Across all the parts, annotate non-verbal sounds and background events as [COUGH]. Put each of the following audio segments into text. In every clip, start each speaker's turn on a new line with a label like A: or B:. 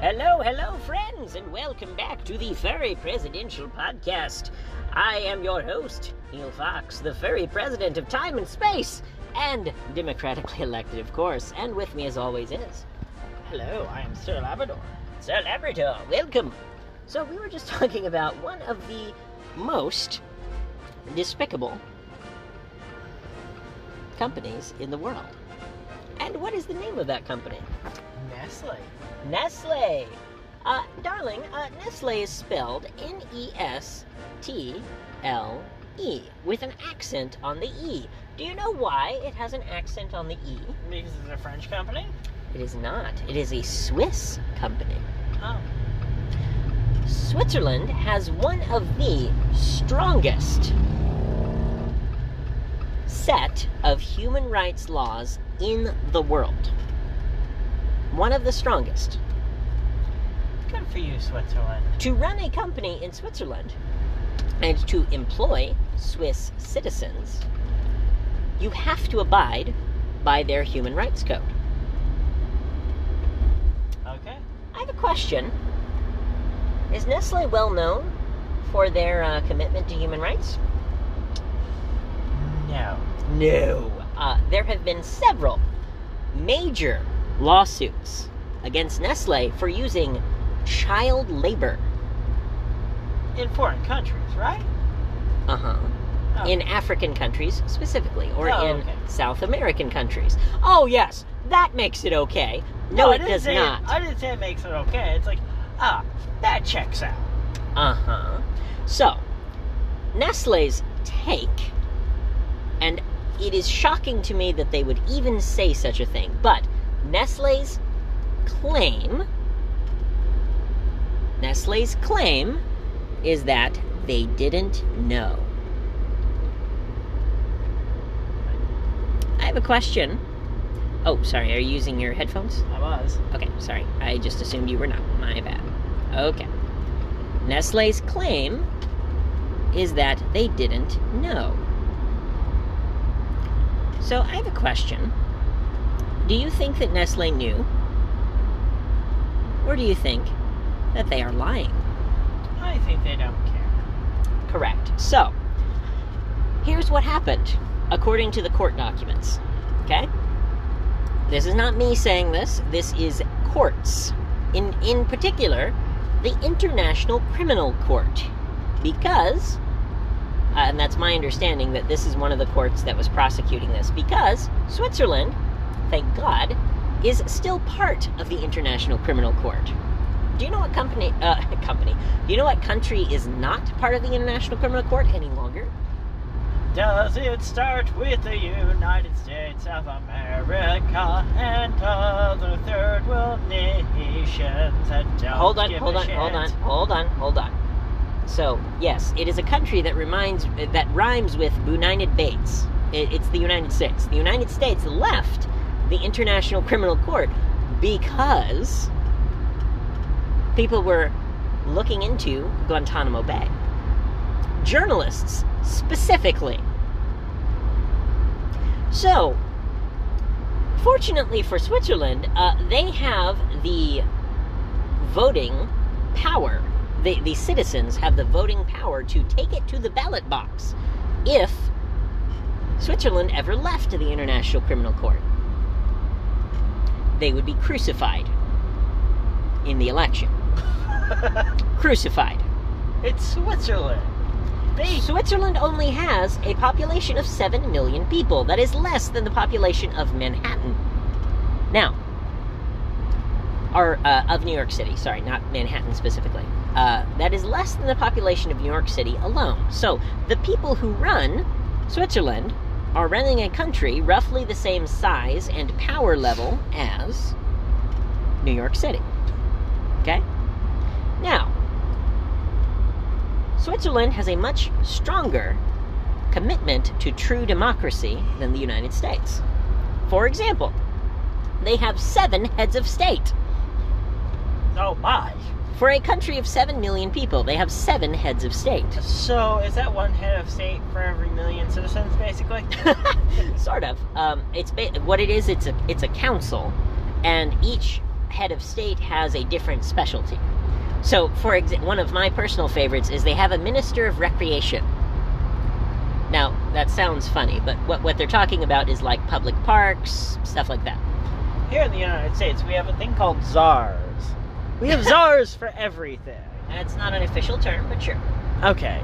A: Hello, hello, friends, and welcome back to the Furry Presidential Podcast. I am your host, Neil Fox, the furry president of time and space, and democratically [LAUGHS] elected, of course. And with me, as always, is
B: Hello, I am Sir Labrador.
A: Sir Labrador. Welcome. So, we were just [LAUGHS] talking about one of the most despicable companies in the world. And what is the name of that company?
B: Nestle.
A: Nestle. Uh, darling, uh, Nestle is spelled N E S T L E with an accent on the E. Do you know why it has an accent on the E?
B: Because it's a French company?
A: It is not. It is a Swiss company.
B: Oh.
A: Switzerland has one of the strongest set of human rights laws in the world. One of the strongest.
B: Good for you, Switzerland.
A: To run a company in Switzerland and to employ Swiss citizens, you have to abide by their human rights code.
B: Okay.
A: I have a question. Is Nestle well known for their uh, commitment to human rights?
B: No.
A: No. Uh, there have been several major lawsuits against Nestle for using child labor.
B: In foreign countries, right?
A: Uh huh.
B: Oh.
A: in African countries specifically, or
B: Oh,
A: in
B: okay.
A: South American countries. Oh yes, that makes it okay. No,
B: I
A: it
B: didn't
A: does
B: say
A: not.
B: I didn't say it makes it okay. It's like, ah, that checks out.
A: Uh huh. So, Nestle's take, and it is shocking to me that they would even say such a thing, but Nestle's claim, Nestle's claim is that they didn't know. I have a question. Oh, sorry, are you using your headphones?
B: I was.
A: Okay, sorry. I just assumed you were not. My bad. Okay. Nestle's claim is that they didn't know. So I have a question. Do you think that Nestle knew? Or do you think that they are lying?
B: I think they don't care.
A: Correct. So, here's what happened according to the court documents. Okay? This is not me saying this. This is courts. In in particular, the International Criminal Court. Because uh, and that's my understanding that this is one of the courts that was prosecuting this because Switzerland, thank God, is still part of the International Criminal Court. Do you know what company uh, [LAUGHS] company? Do you know what country is not part of the International Criminal Court any longer?
B: Does it start with the United States of America and other third world nations that don't
A: hold on,
B: give
A: hold
B: a
A: on,
B: shit?
A: hold on, hold on, hold on. So yes, it is a country that reminds that rhymes with United Bates. It, it's the United States. The United States left the International Criminal Court because people were looking into Guantanamo Bay. Journalists specifically. So, fortunately for Switzerland, uh, they have the voting power. The, the citizens have the voting power to take it to the ballot box if Switzerland ever left the International Criminal Court. They would be crucified in the election. Crucified.
B: [LAUGHS] It's Switzerland. They
A: Switzerland only has a population of 7 million people. That is less than the population of Manhattan. Now, or uh, of New York City, sorry, not Manhattan specifically. Uh, that is less than the population of New York City alone. So the people who run Switzerland are running a country roughly the same size and power level as New York City. Okay? Now, Switzerland has a much stronger commitment to true democracy than the United States. For example, they have seven heads of state.
B: Oh my.
A: For a country of seven million people, they have seven heads of state.
B: So is that one head of state for every million citizens, basically?
A: [LAUGHS] sort of. Um, it's ba- what it is. It's a it's a council, and each head of state has a different specialty. So, for example, one of my personal favorites is they have a minister of recreation. Now, that sounds funny, but what, what they're talking about is like public parks, stuff like that.
B: Here in the United States, we have a thing called czars.
A: [LAUGHS]
B: We have czars for everything.
A: That's not an official term, but sure.
B: Okay.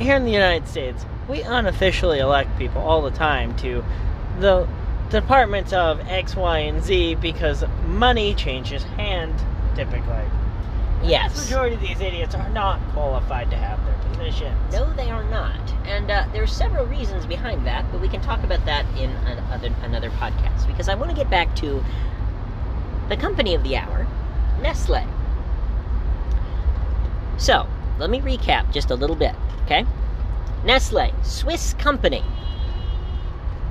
B: Here in the United States, we unofficially elect people all the time to the departments of X, Y, and Z because money changes hand typically. The
A: Yes.
B: majority of these idiots are not qualified to have their positions.
A: No, they are not. And uh, there are several reasons behind that, but we can talk about that in an other, another podcast because I want to get back to the company of the hour, Nestle. So, let me recap just a little bit, okay? Nestle, Swiss company.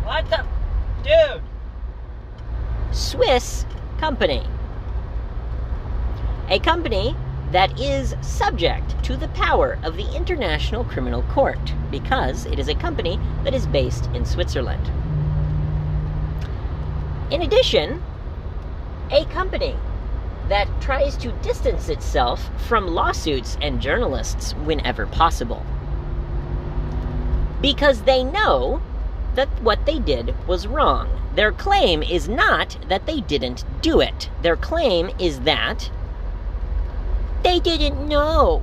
B: What the? Dude!
A: Swiss company. A company that is subject to the power of the International Criminal Court because it is a company that is based in Switzerland. In addition, a company that tries to distance itself from lawsuits and journalists whenever possible because they know that what they did was wrong. Their claim is not that they didn't do it. Their claim is that they didn't know.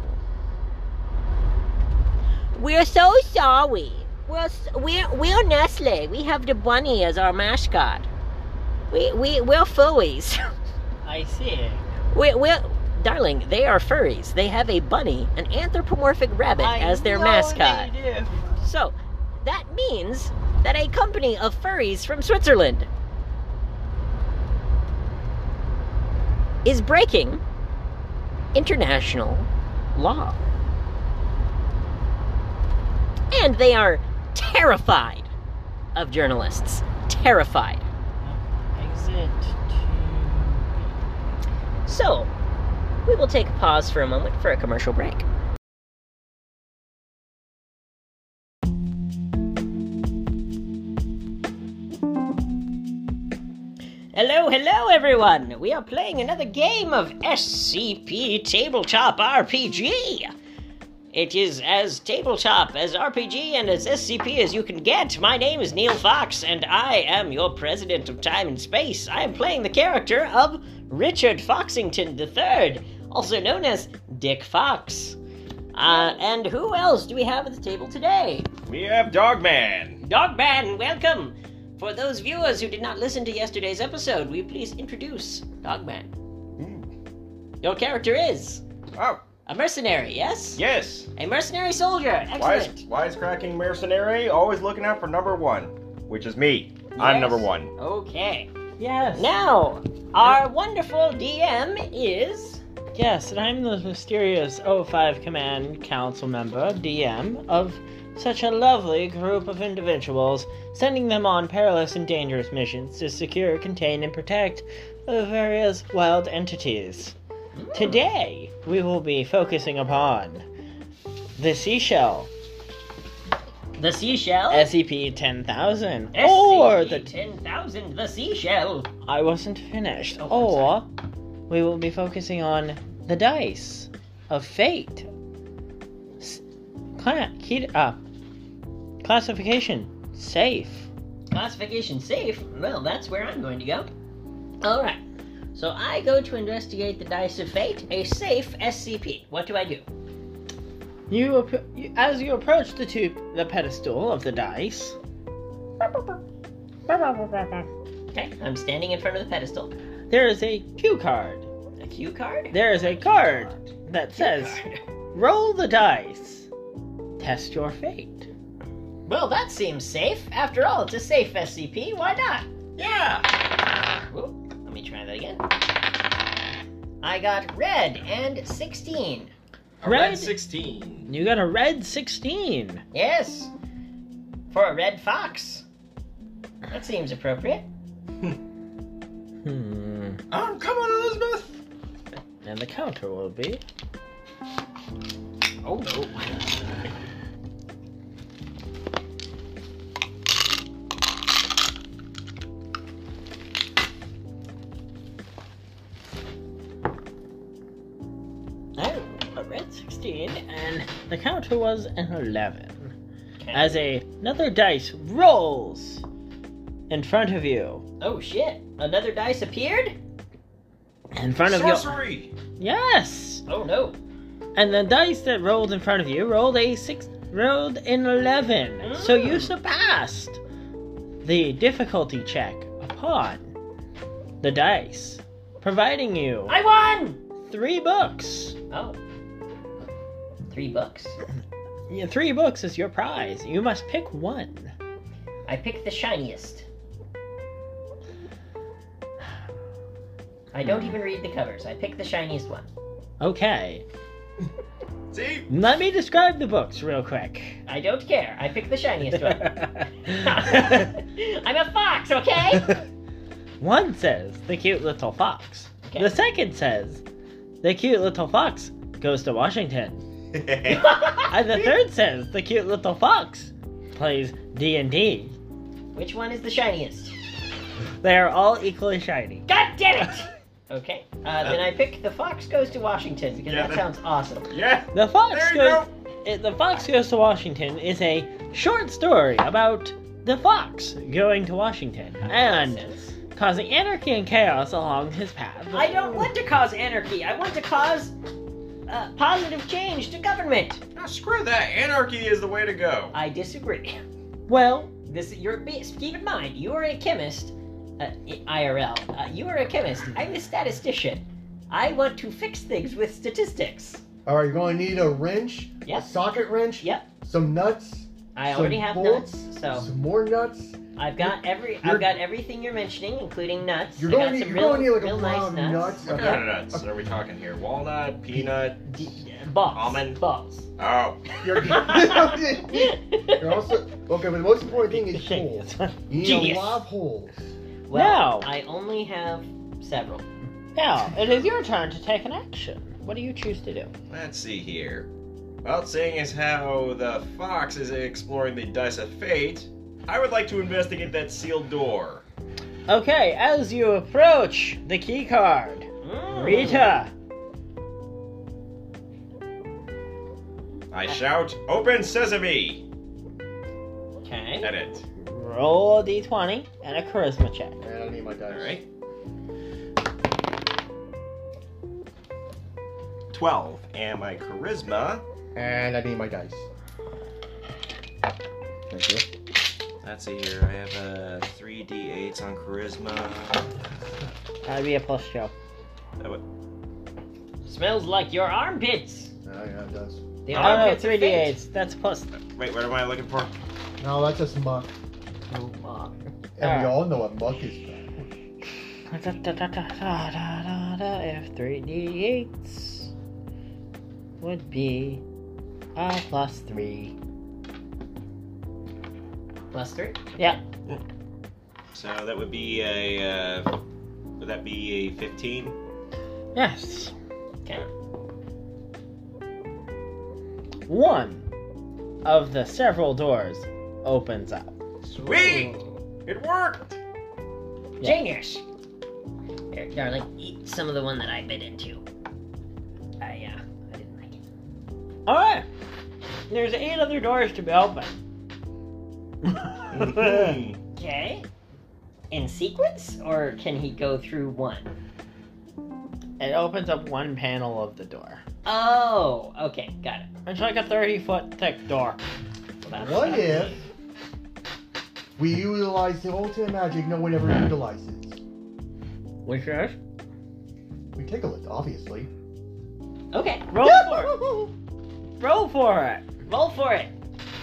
A: We're so sorry. We're, s- we're, we're Nestle. We have the bunny as our mascot. We, we, we're furries. [LAUGHS]
B: I see.
A: we're, we're, darling, they are furries. They have a bunny, an anthropomorphic rabbit,
B: I
A: as their
B: know
A: mascot.
B: They do.
A: So, that means that a company of furries from Switzerland is breaking international law. And they are terrified of journalists. Terrified.
B: Exit
A: So, we will take a pause for a moment for a commercial break. Hello, hello, everyone! We are playing another game of SCP Tabletop RPG! It is as tabletop, as RPG, and as SCP as you can get. My name is Neil Fox, and I am your president of time and space. I am playing the character of Richard Foxington III, also known as Dick Fox. Uh, and who else do we have at the table today?
C: We have Dogman.
A: Dogman, welcome! For those viewers who did not listen to yesterday's episode, will you please introduce Dogman?
C: Hmm.
A: Your character is
C: Oh,
A: a mercenary, yes?
C: yes.
A: A mercenary soldier,
C: Wise,
A: excellent!
C: wisecracking mercenary, always looking out for number one, which is me. I'm
A: Yes.
C: number one.
A: Okay.
B: Yes.
A: Now, our wonderful DM is.
B: Yes, and I'm the mysterious 05 Command Council member, DM, of such a lovely group of individuals, sending them on perilous and dangerous missions to secure, contain, and protect the various wild entities. Today, we will be focusing upon the seashell, E
A: The Seashell.
B: SCP 10,000,
A: SCP
B: or the.
A: 10,000, the Seashell.
B: I wasn't finished.
A: Oh, I'm
B: or we will be focusing on the dice of fate. S- cla- key- uh, classification safe.
A: Classification safe. Well, that's where I'm going to go. Alright. So I go to investigate the Dice of Fate, a safe SCP. What do I do?
B: You, ap- you as you approach the tube, the pedestal of the dice.
A: Okay, I'm standing in front of the pedestal.
B: There is a cue card.
A: A cue card?
B: There is a card that says, "Roll the dice. Test your fate."
A: Well, that seems safe. After all, it's a safe SCP. Why not?
C: Yeah.
A: Whoop, let me try that again. I got red and 16.
C: A red
B: Red.
C: 16.
B: You got a red sixteen.
A: Yes. For a red fox. That seems appropriate.
B: Hmm.
C: [LAUGHS] Oh, come on, Elizabeth.
B: And the counter will be
C: Oh, no. [LAUGHS]
B: a red 16 and the counter was an 11.
A: Okay.
B: As a, another dice rolls in front of you.
A: oh shit! Another dice appeared.
B: In front of you.
C: Sorcery!
B: Yes!
A: Oh no!
B: And the dice that rolled in front of you rolled a six, rolled an eleven. So you
A: Mm.
B: surpassed the difficulty check upon the dice, providing you
A: I won.
B: three books.
A: Oh. Three books.
B: Yeah, Three books is your prize. You must pick one.
A: I picked the shiniest. I don't even read the covers. I picked the shiniest one.
B: Okay.
C: [LAUGHS] See?
B: Let me describe the books real quick.
A: I don't care. I picked the shiniest one. [LAUGHS]
B: [LAUGHS]
A: I'm a fox, [LAUGHS] okay?
B: One says the cute little fox.
A: Okay.
B: The second says the cute little fox goes to Washington.
C: [LAUGHS]
B: And the third says the cute little fox plays D and D.
A: Which one is the shiniest?
B: They are all equally shiny.
A: God damn it! Okay. Uh, then I picked the fox goes to Washington because
C: Yeah,
A: that
C: that-
A: sounds awesome.
C: yeah!
B: The fox
C: There you
B: goes.
C: go!
B: it- the fox goes to Washington is a short story about the fox going to Washington and
A: Nonsense.
B: causing anarchy and chaos along his path.
A: I don't want to cause anarchy. I want to cause uh, positive change to government.
C: Ah, screw that. Anarchy is the way to go.
A: I disagree.
B: Well,
A: This you're be- keep in mind. You are a chemist, uh, I- IRL. Uh, you are a chemist. I'm a statistician. I want to fix things with statistics.
D: All right, you're going to need a wrench, a
A: Yes.
D: socket wrench,
A: Yep.
D: some nuts,
A: I
D: Some
A: already have
D: bolts,
A: nuts, so
D: some more nuts.
A: I've got every
D: you're-
A: I've got everything you're mentioning, including nuts.
D: You're
A: I got
D: going to need,
A: some
D: you're
A: real,
D: going to need like
A: real
D: a
A: nice
D: pound
A: nuts.
D: nuts.
C: What
D: Okay.
A: [LAUGHS]
C: kind of nuts are we talking here? Walnut, peanut?
A: D- balls.
C: Almond.
A: Balls.
C: Oh.
A: [LAUGHS]
D: You're, [LAUGHS] you're also okay, but the most important thing is holes. You need
B: Genius.
D: a lot of holes.
A: Well,
B: No.
A: I only have several.
B: [LAUGHS] now it is your turn to take an action. What do you choose to do?
C: Let's see here. Well, seeing as how the fox is exploring the dice of fate, I would like to investigate that sealed door.
B: Okay, as you approach the key card,
A: Mm.
B: Rita,
C: I shout, "Open sesame!"
A: Okay.
C: At it.
B: roll a d20 and a charisma check.
D: Man, I don't need my dice.
C: All right. Twelve. And my charisma.
D: And I need my dice. Thank you.
C: Let's see here. I have a three d8s on charisma.
B: That'd be a plus show.
A: Smells like your armpits.
D: Oh, yeah, it does.
A: The
C: Oh,
B: Oh no,
A: armpits are
B: three
A: fake.
B: d8s. That's plus.
C: Wait, what am I looking for?
D: No, that's just muck.
A: Oh, wow.
D: And we all know what muck is.
B: Da, da, da, da, da, da, da. If three d8s would be a plus three.
A: Plus three.
C: So that would be a. Uh, would that be a fifteen?
B: Yes.
A: Okay.
B: One of the several doors opens up.
C: Sweet! It worked.
B: Yeah.
A: Genius. Here, darling, eat some of the one that I bit into. I uh, I didn't like it.
B: All right. There's eight other doors to be open.
A: Mm-hmm. Okay. In sequence, or can he go through one?
B: [LAUGHS] it opens up one panel of the door.
A: Oh, okay, got it.
B: It's like a 30 foot thick door.
A: Well, that's-
D: What
A: that's
D: if
A: neat.
D: we utilize the ultimate magic no one ever utilizes?
B: Which is?
D: We take a lift, obviously.
A: Okay,
B: Roll for
D: [LAUGHS]
B: it. Roll for it.
A: roll for it.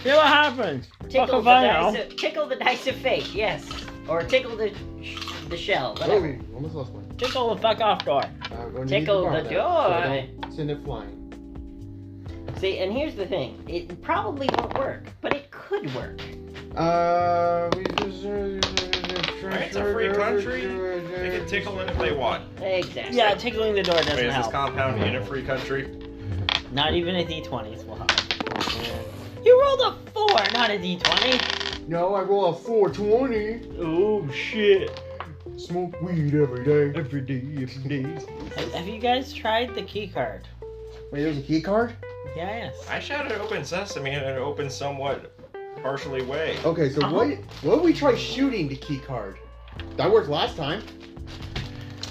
B: See what happens. Fuck
A: Tickle
B: if
A: the
B: I
A: dice.
B: know.
A: Of, tickle the dice of fate. Yes, or tickle the the shell. Whatever.
D: Wait, almost lost one.
B: Tickle the fuck off door.
D: Uh, we're gonna need to
A: Tickle
D: borrow
A: the
D: that, so I
A: door.
D: don't Send it flying.
A: See, and here's the thing. It probably won't work, but it could work.
D: Uh, we just.
C: It's a free country. They can tickle it if they want.
A: Exactly.
B: Yeah, tickling the door doesn't
C: Wait, is this
B: help.
C: compound in a free country?
B: Not even a d20s will help. You rolled a 4, not a d20.
D: No, I roll a 420.
B: Oh shit.
D: Smoke weed every day.
B: Every day, every day. Have you guys tried the key card?
D: Wait, there was a key card?
B: Yeah, yes.
C: I shouted open sesame and it opened somewhat partially way.
D: Okay, so
B: Uh-huh.
D: what what if we try shooting the key card? That worked last time.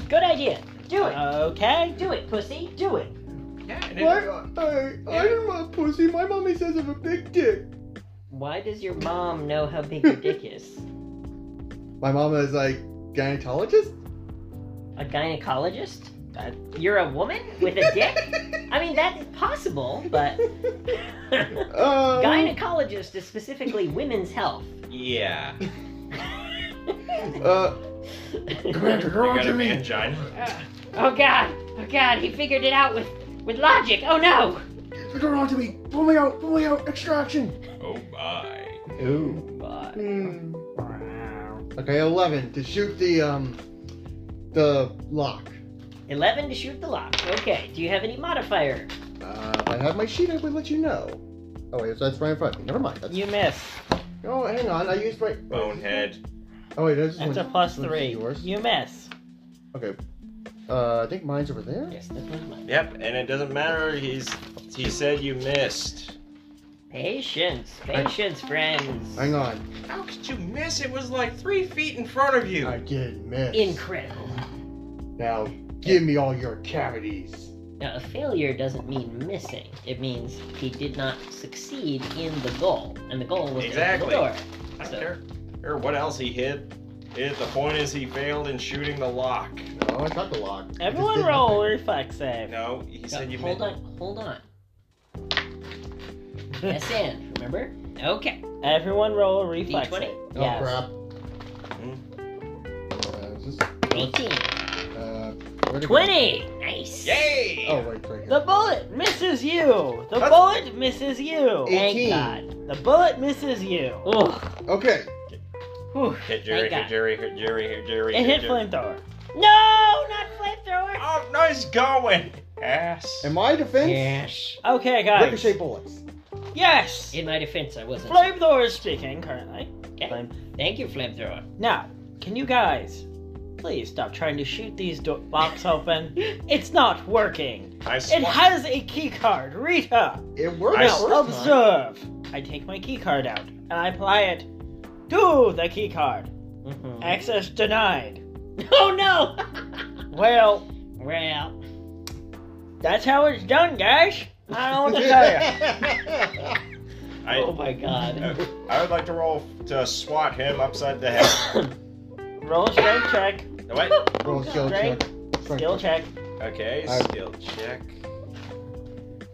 A: Good idea. Do it.
B: Uh, Okay.
A: Do it, pussy. Do it.
C: Yeah, and it,
D: What? I, I'm a pussy. My mommy says I have a big dick.
A: Why does your mom know how big your dick is?
D: My mama is like gynecologist.
A: A gynecologist? Uh, you're a woman with a dick?
D: [LAUGHS]
A: I mean, that is possible, but.
D: Um,
A: Gynecologist is specifically women's health.
C: yeah.
D: uh, come after,
C: You
D: come
C: got
D: after
C: a
D: me.
C: mangina.
A: oh god! Oh god! He figured it out with with logic. Oh no!
D: Come after me. Pull me out. Pull me out. Extraction.
C: Oh my.
D: Ooh.
A: But
D: Okay, eleven to shoot the um the lock.
A: Eleven to shoot the lock. Okay. Do you have any modifier?
D: Uh, if I have my sheet, I would let you know. Oh wait, so that's right in front of me. Never mind. That's,
B: You miss.
D: Oh, hang on. I used my.
C: Bonehead.
D: Oh wait, this is
B: That's a
D: one-
B: plus
D: this is
B: three.
D: Yours.
B: You miss.
D: Okay. Uh, I think mine's over there.
B: Yes, that was mine.
C: Yep, and it doesn't matter. He's he said you missed.
A: Patience, patience, friends.
D: Hang on.
C: How could you miss? It was like three feet in front of you.
D: I did miss.
A: Incredible.
D: Now, give me all your cavities.
A: Now, a failure doesn't mean missing. It means he did not succeed in the goal, and the goal was
C: Exactly.
A: to open
C: I don't care. Or what else he hit. It, the point is he failed in shooting the lock.
D: No, I got the lock.
B: Everyone
D: Just did
B: roll
D: nothing.
B: a reflex save. [LAUGHS]
C: No, he
A: the door.
C: said you
A: Uh, hold
C: missed.
A: on, hold on. SN, remember? Okay.
B: Everyone roll a reflex
A: D20?
B: save.
D: Oh
B: yes.
D: crap.
C: Hmm.
D: Uh, is this,
A: 18.
D: uh, where'd it go?
A: 20! Nice!
C: Yay!
D: Oh wait, right here.
B: The bullet misses you. The
C: That's-
B: bullet misses you.
A: Thank
D: Eighteen.
A: God.
B: The bullet misses you.
A: Ugh.
D: Okay.
B: Whew.
C: Hit Jerry,
A: Thank God.
C: hit Jerry, hit Jerry, hit Jerry.
B: It hit
C: Jerry.
B: flamethrower.
A: No! Not flamethrower!
C: Oh, nice going, ass.
D: In my defense,
A: Yes.
B: Okay, guys.
D: ricochet bullets.
B: Yes.
A: In my defense, I wasn't.
B: Flamethrower is speaking currently.
A: Okay.
B: Flame-
A: Thank you, flamethrower.
B: Now, can you guys please stop trying to shoot these do- locks open? It's not working.
C: I
B: It
C: swung.
B: has a key card. Rita,
D: It worked.
C: I
D: the
C: s-
D: first time.
B: observe. I take my key card out and I apply it to the key card.
A: Mm-hmm.
B: Access denied.
A: [LAUGHS] Oh no! [LAUGHS]
B: Well,
A: well,
B: that's how it's done, guys. I don't know what to tell you.
C: I, uh,
A: oh my
C: [LAUGHS]
A: god. [COUGHS]
C: I would like to roll to swat him upside the [LAUGHS] head.
B: Roll a strength check.
C: Wait.
D: Roll skill check. Strength
B: Skill check.
C: Okay,
D: All right.
C: skill check.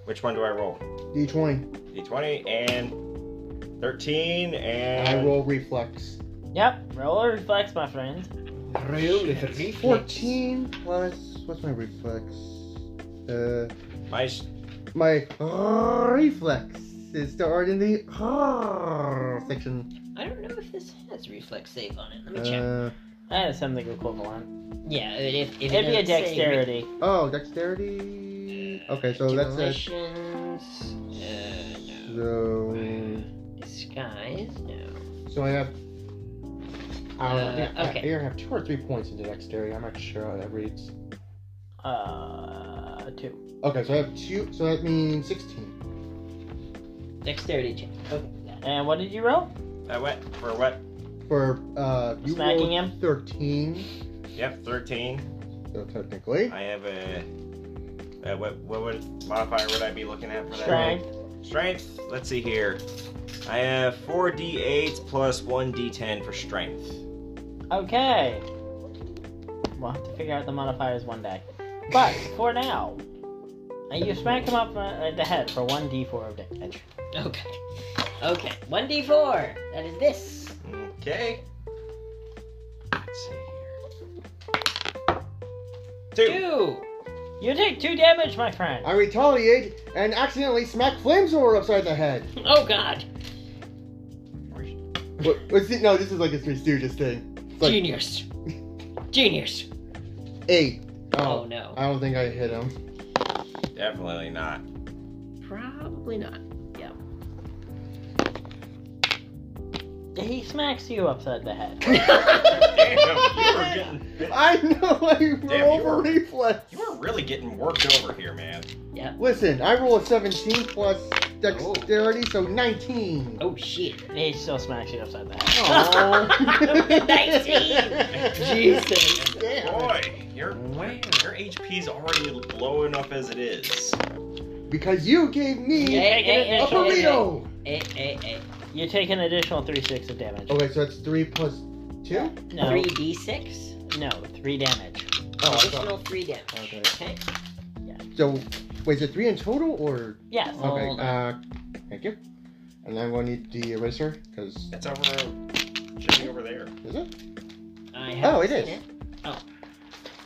C: Which one do I roll?
D: D20.
C: D20 and 13 and.
D: I roll reflex.
B: Yep. Roll a reflex, my friend.
A: Roll with reflex.
D: 14 plus. What's my reflex? Uh,
C: My s-
D: my reflex is started in the section.
A: I don't know if this has reflex save on it. Let me check.
D: Uh,
B: That is something equivalent.
A: Yeah, if, if it
B: It'd be a
A: doesn't say re-
B: dexterity.
D: oh, dexterity. Okay, so that's it.
A: Relations, Uh, no.
D: So,
A: Disguise, no.
D: so I have. I don't know. I think
A: Uh,
D: I-
A: okay.
D: I either have two or three points into dexterity. I'm not sure how that reads.
B: Uh, two.
D: Okay, so I have two. So that means 16.
A: Dexterity check. Okay.
B: And what did you roll?
C: I went for uh, what?
D: For uh, you
B: Smacking
D: rolled
B: him?
D: 13.
C: Yep, 13.
D: So technically,
C: I have a. Uh, what, what would modifier would I be looking at for that?
B: Strength.
C: Strength. Let's see here. I have 4d8 plus 1d10 for strength.
B: Okay. We'll have to figure out the modifiers one day. But for now, uh, you smack him up uh, uh, the head for 1d4 of damage.
A: Okay. Okay. 1d4. That is this.
C: Okay. Let's see here. Two.
A: Two.
B: You take two damage, my friend.
D: I retaliate and accidentally smack flamethrower upside the
A: [LAUGHS]
D: head.
A: Oh god.
D: What, what's it? No, this is like a Three Stooges thing. It's like
A: Genius. Genius.
D: eight.
A: Oh,
D: Oh,
A: no.
D: I don't think I hit him.
C: Definitely not. [LAUGHS]
A: Probably not. Yeah.
B: He smacks you upside the head.
C: Damn, you were getting
D: I know I
C: Damn,
D: roll
C: you
D: a
C: were-
D: reflex.
C: you were really getting worked over here, man.
D: Listen, I roll a 17 plus dexterity, so 19.
A: [LAUGHS] Oh shit.
B: He still smacks you upside the head.
D: [LAUGHS]
A: Oh, 19.
D: Jesus. Damn.
C: Boy, your your HP's already low enough as it is.
D: Because you gave me
A: Yeah,
B: Take an
A: yeah,
D: a
A: yeah,
B: additional-
A: yeah,
D: burrito.
A: Eh, eh, eh.
B: You take an additional three six of damage.
D: Okay, so that's 3 plus 2?
B: No,
A: 3d6?
B: no, three damage.
D: Oh, I
A: Additional
D: thought.
A: 3 damage.
D: Okay.
A: Okay.
D: So, wait, is it 3 in total or?
B: Yes.
A: Oh.
D: Okay,
A: Hold
D: uh, thank you. And I'm going to need the eraser, because.
C: That's over. Should be over there.
D: Is it?
B: I have.
D: Oh, it is.
A: Yeah.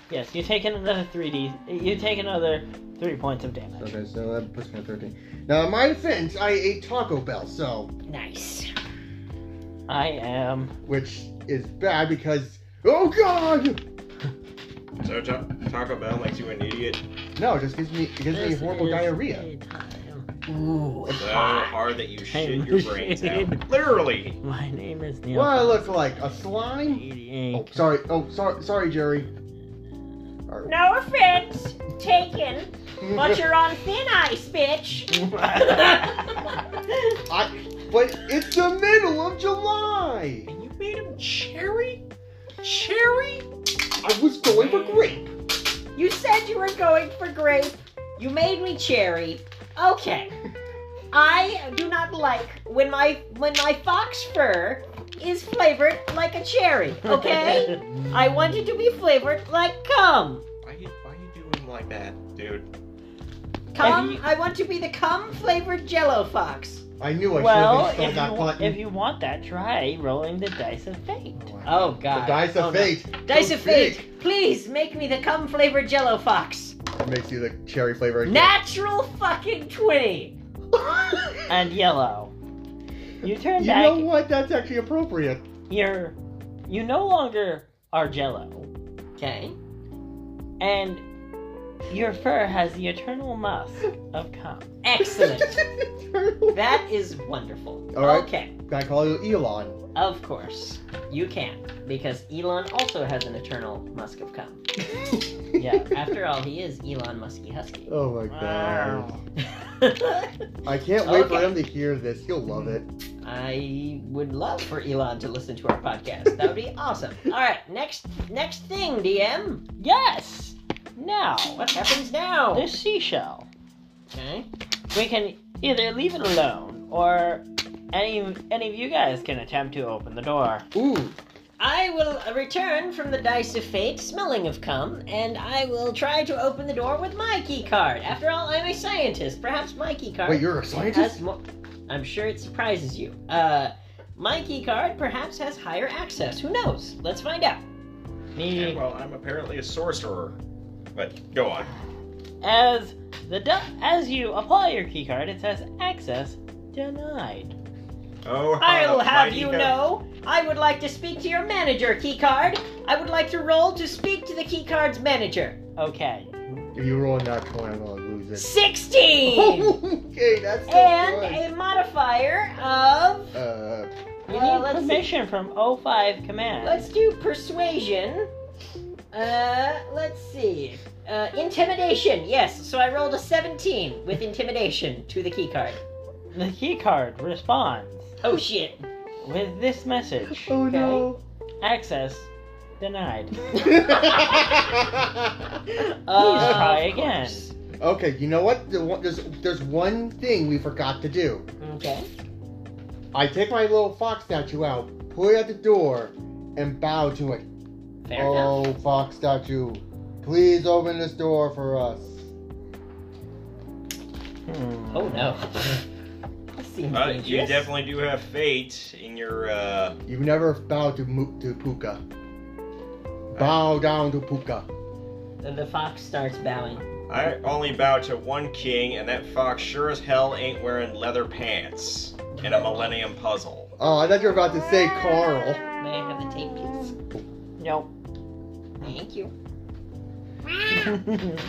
B: Yes, you take another three d. You take another three points of damage.
D: Okay, so that puts me at 13. Now, in my defense, I ate Taco Bell, so.
A: Nice.
B: I am.
D: Which is bad because. Oh god!
C: So Ta- Taco Bell makes you an idiot.
D: No, it just gives me it gives me
A: This
D: horrible
A: is
D: diarrhea.
A: daytime. Ooh.
C: So hard that you shit your brains out.
B: Shit.
C: Literally.
B: My name is Neil.
D: What I look like? A slime? Oh,
B: Inc.
D: sorry. Oh, sorry, sorry, Jerry. All right.
A: No offense taken,
D: [LAUGHS]
A: but you're on thin ice, bitch.
D: Oh.
B: [LAUGHS]
A: and
D: I, but it's the middle of July.
C: And you made him cherry? Cherry?
D: I was going for grape.
A: [LAUGHS] you said you were going for grape. You made me cherry. Okay. I do not like when my when my fox fur is flavored like a cherry. Okay. [LAUGHS] I want it to be flavored like cum.
C: Why you, why you doing like that, dude?
A: Cum.
B: If you-
A: I want to be the cum flavored Jello fox.
D: I knew I
B: well,
D: should have installed
B: if
D: that
B: you, want,
D: button.
B: if you want that, try rolling the dice of fate.
A: Oh
D: the
A: God.
D: dice
A: Oh,
D: of
A: no.
D: fate.
A: Dice
D: So
A: of fate. Please make me the cum flavored Jello fox.
D: big. Makes you the cherry flavor. again.
A: Natural fucking twenty.
B: And yellow. You turn
D: you
B: back.
D: know what? That's actually appropriate.
B: You're. You no longer are jello,
A: Okay.
B: and your fur has the eternal musk of [LAUGHS] cum.
A: Excellent.
D: Can
A: that is wonderful.
D: All right.
A: Okay.
D: [LAUGHS] I call
B: [LAUGHS]
D: you Elon?
A: Of course. You can. Because Elon also has an eternal musk of cum.
B: Yeah.
A: After all, he is Elon Musky
D: [LAUGHS]
A: Husky.
D: Oh my god.
B: Wow.
D: I can't wait for
A: Okay.
D: him to hear this. He'll love it.
A: I would love for Elon to listen to our podcast. That would be awesome. All right, next next thing, DM.
B: Yes. Now
A: What happens now?
B: this seashell.
A: Okay.
B: We can either leave it alone, or any any of you guys can attempt to open the door.
D: Ooh,
A: I will uh, return from the dice of fate, smelling of cum, and I will try to open the door with my key card. After all, I'm a scientist. Perhaps my key card.
D: wait, you're a
A: has
D: scientist?
A: mo- I'm sure it surprises you. Uh, my key card perhaps has higher access. Who knows? Let's find out.
C: Yeah,
B: Me
C: well, I'm apparently a sorcerer. But go on.
B: as the du- as you apply your keycard, it says access denied.
C: Oh,
A: I'll
C: how
A: have
C: mighty
A: you
C: have-
A: know, I would like to speak to your manager, keycard. I would like to roll to speak to the keycard's manager.
B: Okay.
D: If you roll a natural, I'm gonna lose it.
A: 16!
D: okay, that's so
A: and a modifier of.
D: good. Uh,
B: You
A: Uh,
B: need
A: let's see.
B: permission from O5 Command.
A: Let's do persuasion. Uh, let's see. Uh, intimidation, yes. So I rolled a 17 with intimidation to the keycard.
B: The keycard responds
A: Oh shit.
B: with this message:
D: oh [LAUGHS] no.
B: access denied.
A: Uh,
B: try
A: of
B: again.
A: course.
D: okay, you know what? The one- There's there's one thing we forgot to do.
A: Okay.
D: I take my little fox statue out, put it at the door, and bow to it.
A: Fair
D: oh, fox statue, please open this door for us.
B: Hmm.
A: Oh no. [LAUGHS] That seems
C: Uh, you
A: dangerous.
C: definitely do have fate in your, uh.
D: You never bow to Mo- to Puka. Bow down to Puka.
A: The- The fox starts bowing.
C: I only bow to one king, and that fox sure as hell ain't wearing leather pants in a millennium puzzle.
D: Oh, I thought you were about to say Carl.
A: May I have the tape, please?
B: Nope.
A: Thank you.
D: [LAUGHS]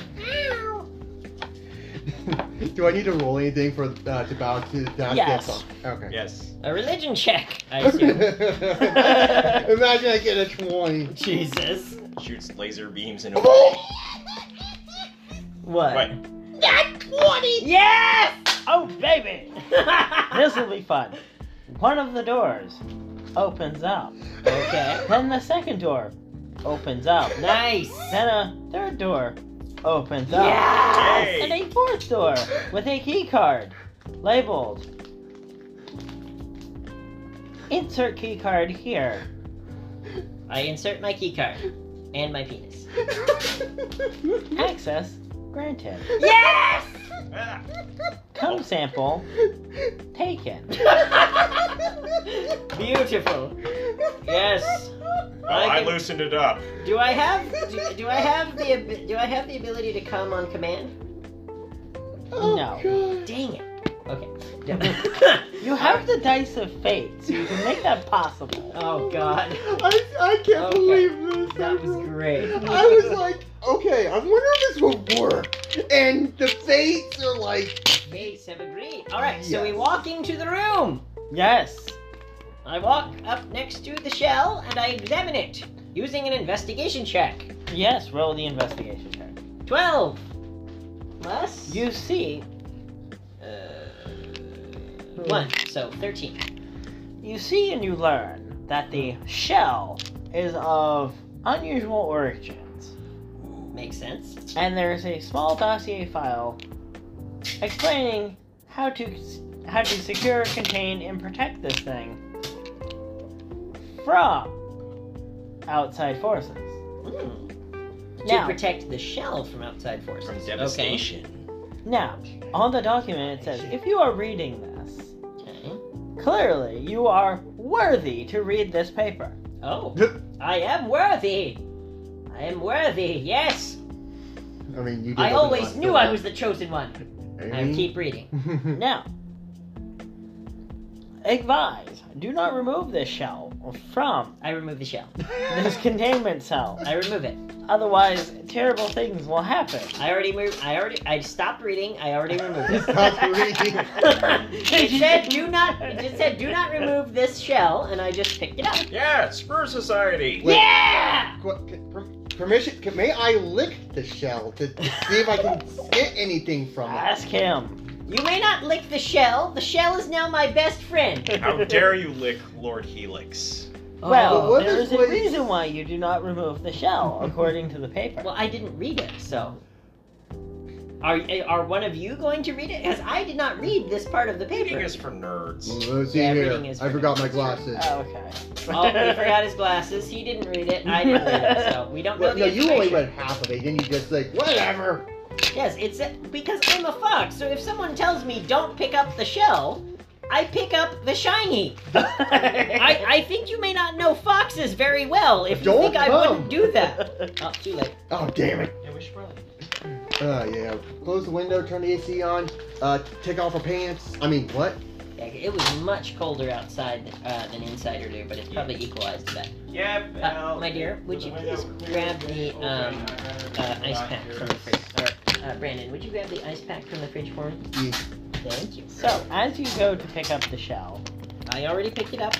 D: Do I need to roll anything for uh, to balance to dash
A: Yes.
D: that off? Okay.
C: Yes.
A: A religion check, I
B: [LAUGHS]
A: assume.
D: [LAUGHS] Imagine I get a twenty.
B: Jesus.
C: Shoots laser beams in a
D: Oh!
B: What?
C: Right.
D: Not twenty.
B: Yes!
A: [LAUGHS]
B: Oh, baby! this will be fun. One of the doors opens up.
A: Okay.
B: Then the second door opens up.
A: Nice.
B: Then a third door opens up.
A: Yes.
B: And
C: Yay!
B: a fourth door with a key card labeled. Insert key card here.
A: I insert my key card and my penis.
B: [LAUGHS] Access granted.
A: [LAUGHS] Yes!
C: Ah.
B: Cum sample taken.
A: Beautiful. Yes.
C: Well, Oh, I
A: can-
C: loosened it up.
A: Do I have do, do I have the ab- do I have the ability to come on command? Oh,
B: No.
D: Oh,
A: Dang it. [LAUGHS] Okay.
B: You have the dice of fate, so you can make that possible.
A: Oh god.
D: I, I can't
A: Okay.
D: believe this.
A: That was great.
D: I was like, okay, I wonder if this will work. And the fates are like,
A: Base have agreed. All right, so we
D: Yes.
A: walk into the room.
B: Yes.
A: I walk up next to the shell and I examine it using an investigation check.
B: Yes, roll the investigation check.
A: 12 plus
B: You see,
A: uh, 1, so 13.
B: you see, and you learn that the shell is of unusual origins,
A: Makes sense.
B: and there is a small dossier file explaining how to how to secure, contain, and protect this thing from outside forces.
A: Mm.
B: Now-
A: To protect the shell from outside forces.
C: From
A: Okay.
C: devastation.
B: Now,
A: Oh.
D: [LAUGHS]
B: on the document it says, if you are reading this,
A: Okay.
B: Clearly, you are worthy to read this paper.
A: Oh, I am worthy. I am worthy. Yes,
D: I mean, you. Did
A: I
D: open
A: always
D: eyes,
A: knew
D: so-
A: I was the chosen one. I
D: [LAUGHS]
A: keep reading.
B: Now, advise do not remove this shell from
A: I remove the shell.
B: this containment cell.
A: I remove it.
B: Otherwise, terrible things will happen.
A: I already moved. I already. I stopped reading. I already removed it.
D: [LAUGHS] Stop reading.
A: [LAUGHS] It said do not. It just said do not remove this shell, and I just picked it up.
C: Yeah, spur society.
D: Wait.
A: Yeah.
D: Qu- can- per- Permission? Can, may I lick the shell to see if I can get anything from
B: [LAUGHS]
D: it?
B: Ask him.
A: You may not lick the shell. The shell is now my best friend.
B: [LAUGHS]
C: How dare you lick Lord Helix?
D: But
A: Oh.
B: Well,
D: what
B: there
D: is
B: is a
D: with-
B: reason why you do not remove the shell, according to the paper.
A: Well, I didn't read it, so. Are, are one of you going to read it? Because I did not read this part of the
C: Reading
A: paper.
C: is for nerds.
D: Let's see
A: Yeah,
D: here.
A: reading is
D: I forgot my glasses.
B: Okay.
A: Oh, he forgot his glasses. He didn't read it.
D: [LAUGHS]
A: I didn't read it, so we don't know
D: Well,
A: the
D: no, you only
A: information.
D: read half of it. Then you just like whatever.
A: Yes, it's because I'm a fox. So if someone tells me don't pick up the shell, I pick up the shiny. I, I think you may not know foxes very well. If you
D: Don't
A: think I
D: come.
A: wouldn't do
B: [LAUGHS]
A: that. Oh, too late.
D: Oh damn it.
C: Yeah, we should probably.
D: Oh yeah. Close the window. Turn the AC on. Uh, take off her pants. I mean, what?
A: Yeah, it was much colder outside uh, than inside earlier, but it's probably equalized a bit.
C: Yeah,
A: Uh, my dear, would you please grab the um, uh, ice pack from the fridge? Or, uh, Brandon, would you grab the ice pack from the fridge for me?
D: Yeah.
A: Thank you.
B: So, as you go to pick up the shell,
A: I already picked it up.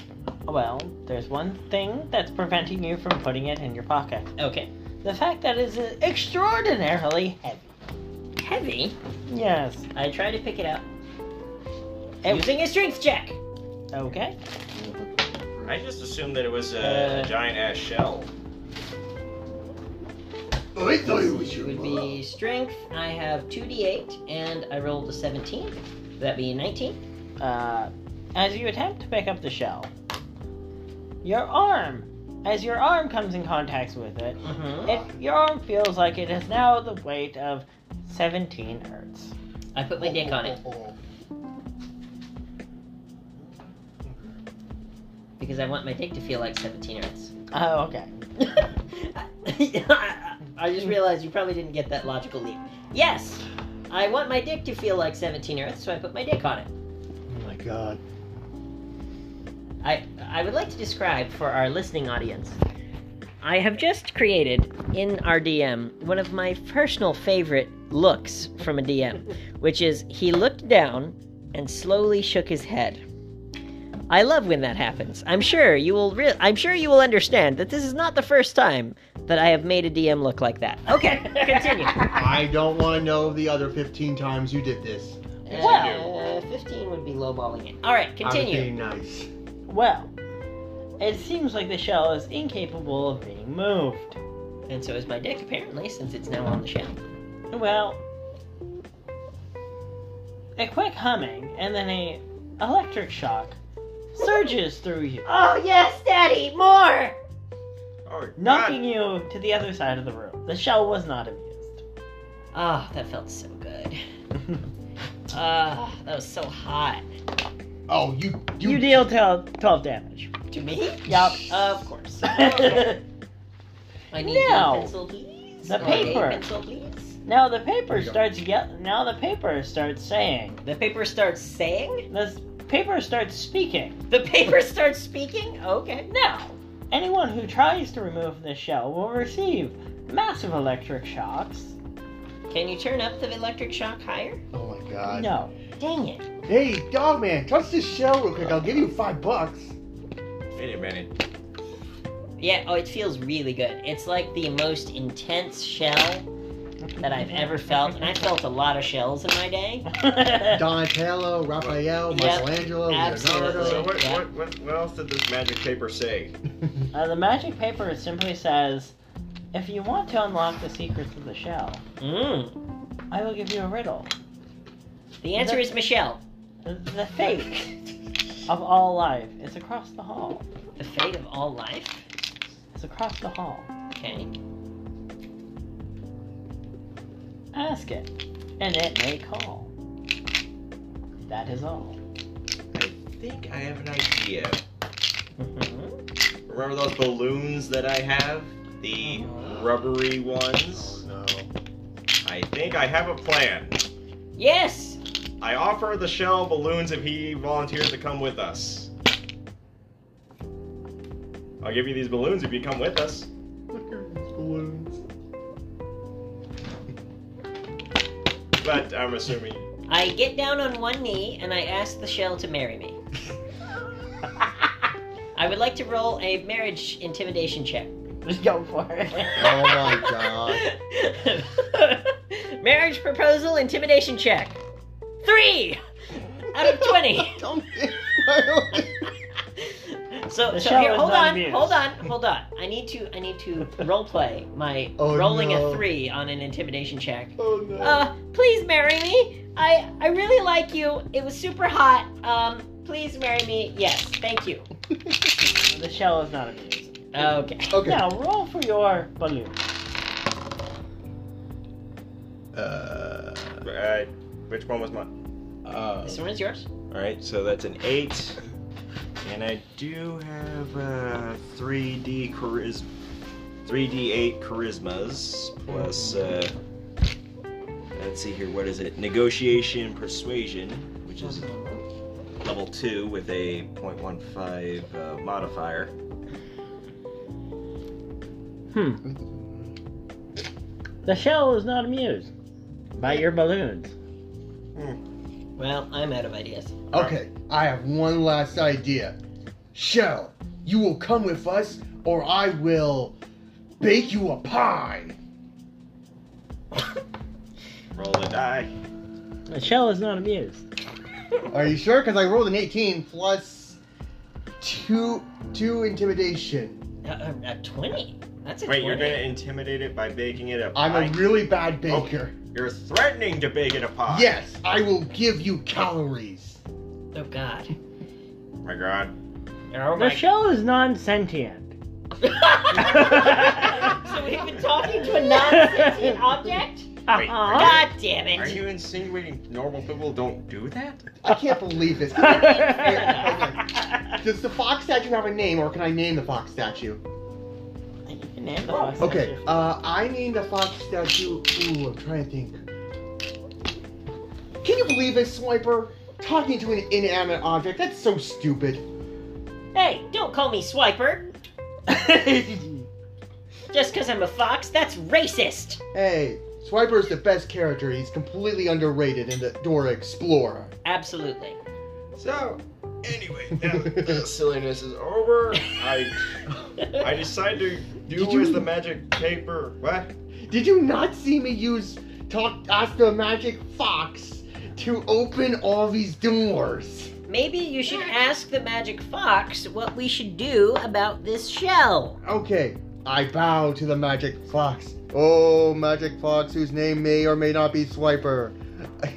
B: well, there's one thing that's preventing you from putting it in your pocket.
A: Okay.
B: The fact that it is extraordinarily heavy.
A: Heavy.
B: Yes.
A: I try to pick it up
B: It-
A: using a strength check.
B: Okay.
C: I just assumed that it was
B: Uh,
C: a giant ass shell.
D: I thought it was
A: It
D: your
A: would
D: mom.
A: be strength. I have 2d8 and I rolled a 17. Would that be 19?
B: Uh, as you attempt to pick up the shell, your arm, as your arm comes in contact with it,
A: Mm-hmm.
B: it your arm feels like it is now the weight of 17 hertz.
A: I put my dick on it
C: Oh,
A: because I want my dick to feel like 17 hertz. [LAUGHS]
B: Oh, okay.
A: I I just realized you probably didn't get that logical leap. Yes! I want my dick to feel like 17 hertz, so I put my dick on it.
D: Oh my god.
A: I, I would like to describe for our listening audience. I have just created in our DM one of my personal favorite looks from a DM, which is he looked down and slowly shook his head. I love when that happens. I'm sure you will. Re- I'm sure you will understand that this is not the first time that I have made a DM look like that. Okay, continue.
D: I don't want to know the other 15 times you did this.
A: well, uh, fifteen would be lowballing it. All right,
D: I'm
A: continue.
D: being nice.
B: Well, it seems like the shell is incapable of being moved.
A: And so is my dick, apparently, since it's now on the shelf.
B: Well, a quick humming and then a electric shock surges through you,
A: Oh yes, Daddy, more.
C: Oh,
B: knocking you to the other side of the room. The shell was not abused.
D: [LAUGHS]
A: Ah, that felt so good. Ah, that was so hot.
D: Oh, you.
B: You, deal 12, 12 damage.
A: To me?
B: Yup. [LAUGHS]
A: Of [LAUGHS] course. I need
B: Now,
A: a pencil, please.
B: the
A: Or a
B: paper.
A: pencil, please.
B: now the paper
D: There you go.
B: starts yell- Now the paper starts saying.
A: The paper starts saying.
B: The s- paper starts speaking.
A: The paper starts speaking. Okay.
B: Now, anyone who tries to remove the shell will receive massive electric shocks.
A: Can you turn up the electric shock higher?
D: oh my god.
B: No.
A: Dang it.
D: Hey, dog man, touch this shell real quick. I'll give you five bucks.
C: Wait a minute.
A: Yeah. Oh, it feels really good. It's like the most intense shell that I've ever felt, and I felt a lot of shells in my day.
D: [LAUGHS] Donatello, Raphael,
A: Eh. Yep,
D: Michelangelo,
A: absolutely.
C: So
D: Leonardo.
C: what, what, what, what else did this magic paper say?
B: Uh, the magic paper simply says, if you want to unlock the secrets of the shell,
A: Mm.
B: I will give you a riddle.
A: The answer is Michelle.
B: The fate of all life is across the hall.
A: The fate of all life.
B: It's across the hall.
A: Okay.
B: Ask it, and it may call. That is all.
C: I think I have an idea.
A: Mm-hmm.
C: Remember those balloons that I have? The rubbery
D: Oh
C: ones?
D: [LAUGHS] no.
C: I think I have a plan.
A: Yes.
C: I offer the shell balloons if he volunteers to come with us. I'll give you these balloons if you come with us.
D: Look at these
A: [LAUGHS]
D: balloons.
C: But I'm assuming.
A: I get down on one knee and I ask the shell to marry me. I would like to roll a marriage intimidation check.
B: Just [LAUGHS] go for it.
D: Oh my
A: [LAUGHS]
D: god.
A: marriage proposal intimidation check. Three out of twenty.
D: [LAUGHS] Don't think- I don't think-
A: So,
B: The
A: so
B: shell
A: here,
B: is
A: hold
B: not
A: on,
B: abused.
A: hold on, hold on. I need to, I need
B: [LAUGHS]
A: to role play my
D: Oh,
A: rolling
D: no.
A: a three on an intimidation check.
D: Oh no.
A: Uh, please marry me. I I really like you. It was super hot. Um, please marry me. Yes, thank you.
B: the shell is not abused.
A: Okay.
D: okay.
B: Now roll for your balloon.
D: Uh,
C: Uh, which one was mine?
D: uh,
A: This one is yours.
C: Alright, so that's an 8. And I do have uh, 3D chariz- 3D8 charismas plus uh, let's see here, what is it? Negotiation persuasion, which is level 2 with a 0.15 uh, modifier.
B: Hmm. The shell is not amused by your balloons.
A: Well, I'm out of ideas.
D: okay, I have one last idea. Shell, you will come with us, or I will bake you a pie.
C: Roll the die.
B: The shell is not amused.
D: Are you sure? Because I rolled an 18 plus two two intimidation.
A: A, a, a Uh, twenty. That's a
C: Wait,
A: 20
C: you're gonna intimidate it by baking it a
D: I'm
C: pie?
D: a really bad baker.
C: you're threatening to bake it a pie.
D: Yes, I will give you calories.
A: Oh God.
C: Oh my god.
A: Oh
B: The
A: my. [LAUGHS]
B: shell is non-sentient.
A: so we've been talking to a non-sentient object.
C: Wait,
B: Uh-huh.
A: God damn
C: Are
A: it.
C: you insinuating normal people don't do that?
D: I can't
B: [LAUGHS]
D: believe this.
B: You
D: Does the fox statue have a name, or can I name the fox statue?
B: can name the fox.
D: Okay, uh, I named the fox statue. Ooh, I'm trying to think. Can you believe this, Swiper? Talking to an inanimate object? That's so stupid.
A: Hey, don't call me Swiper.
B: actually.
A: Just because I'm a fox, that's racist.
D: Hey, Swiper is the best character. He's completely underrated in the Dora Explorer.
B: Absolutely.
C: So, anyway, now that the [LAUGHS] silliness is over. I I decided to do
D: Did you-
C: with the magic paper. What?
D: Did you not see me use talk ask the magic fox to open all these doors?
A: [LAUGHS] Maybe you should ask the magic fox what we should do about this shell.
D: Okay, I bow to the magic fox. Oh, magic fox, whose name may or may not be Swiper.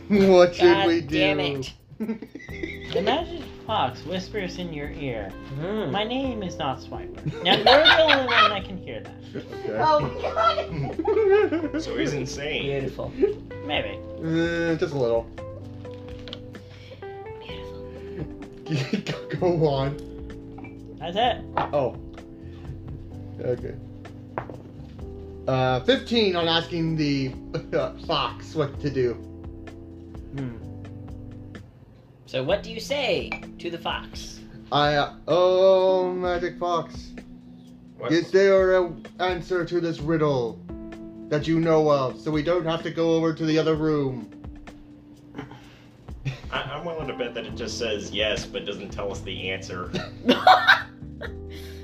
D: [LAUGHS] what should
A: God
D: we do?
A: damn it.
D: [LAUGHS]
B: The magic fox whispers in your ear,
A: Hmm.
B: My name is not Swiper. Now, you're the only one that can hear that.
D: okay.
A: Oh god!
C: [LAUGHS] So he's insane.
A: [LAUGHS] Beautiful.
B: Maybe.
D: Mm, just a little.
A: Beautiful.
D: [LAUGHS] Go on.
B: That's it.
D: Oh. Okay. Uh, 15 on asking the uh, fox what to do.
B: Hmm.
A: So what do you say to the fox?
D: I, uh, oh, magic fox.
C: What?
D: Is there an answer to this riddle that you know of so we don't have to go over to the other room?
C: I, I'm willing to bet that it just says yes, but doesn't tell us the [LAUGHS] answer.
A: [LAUGHS]
D: Uh, That,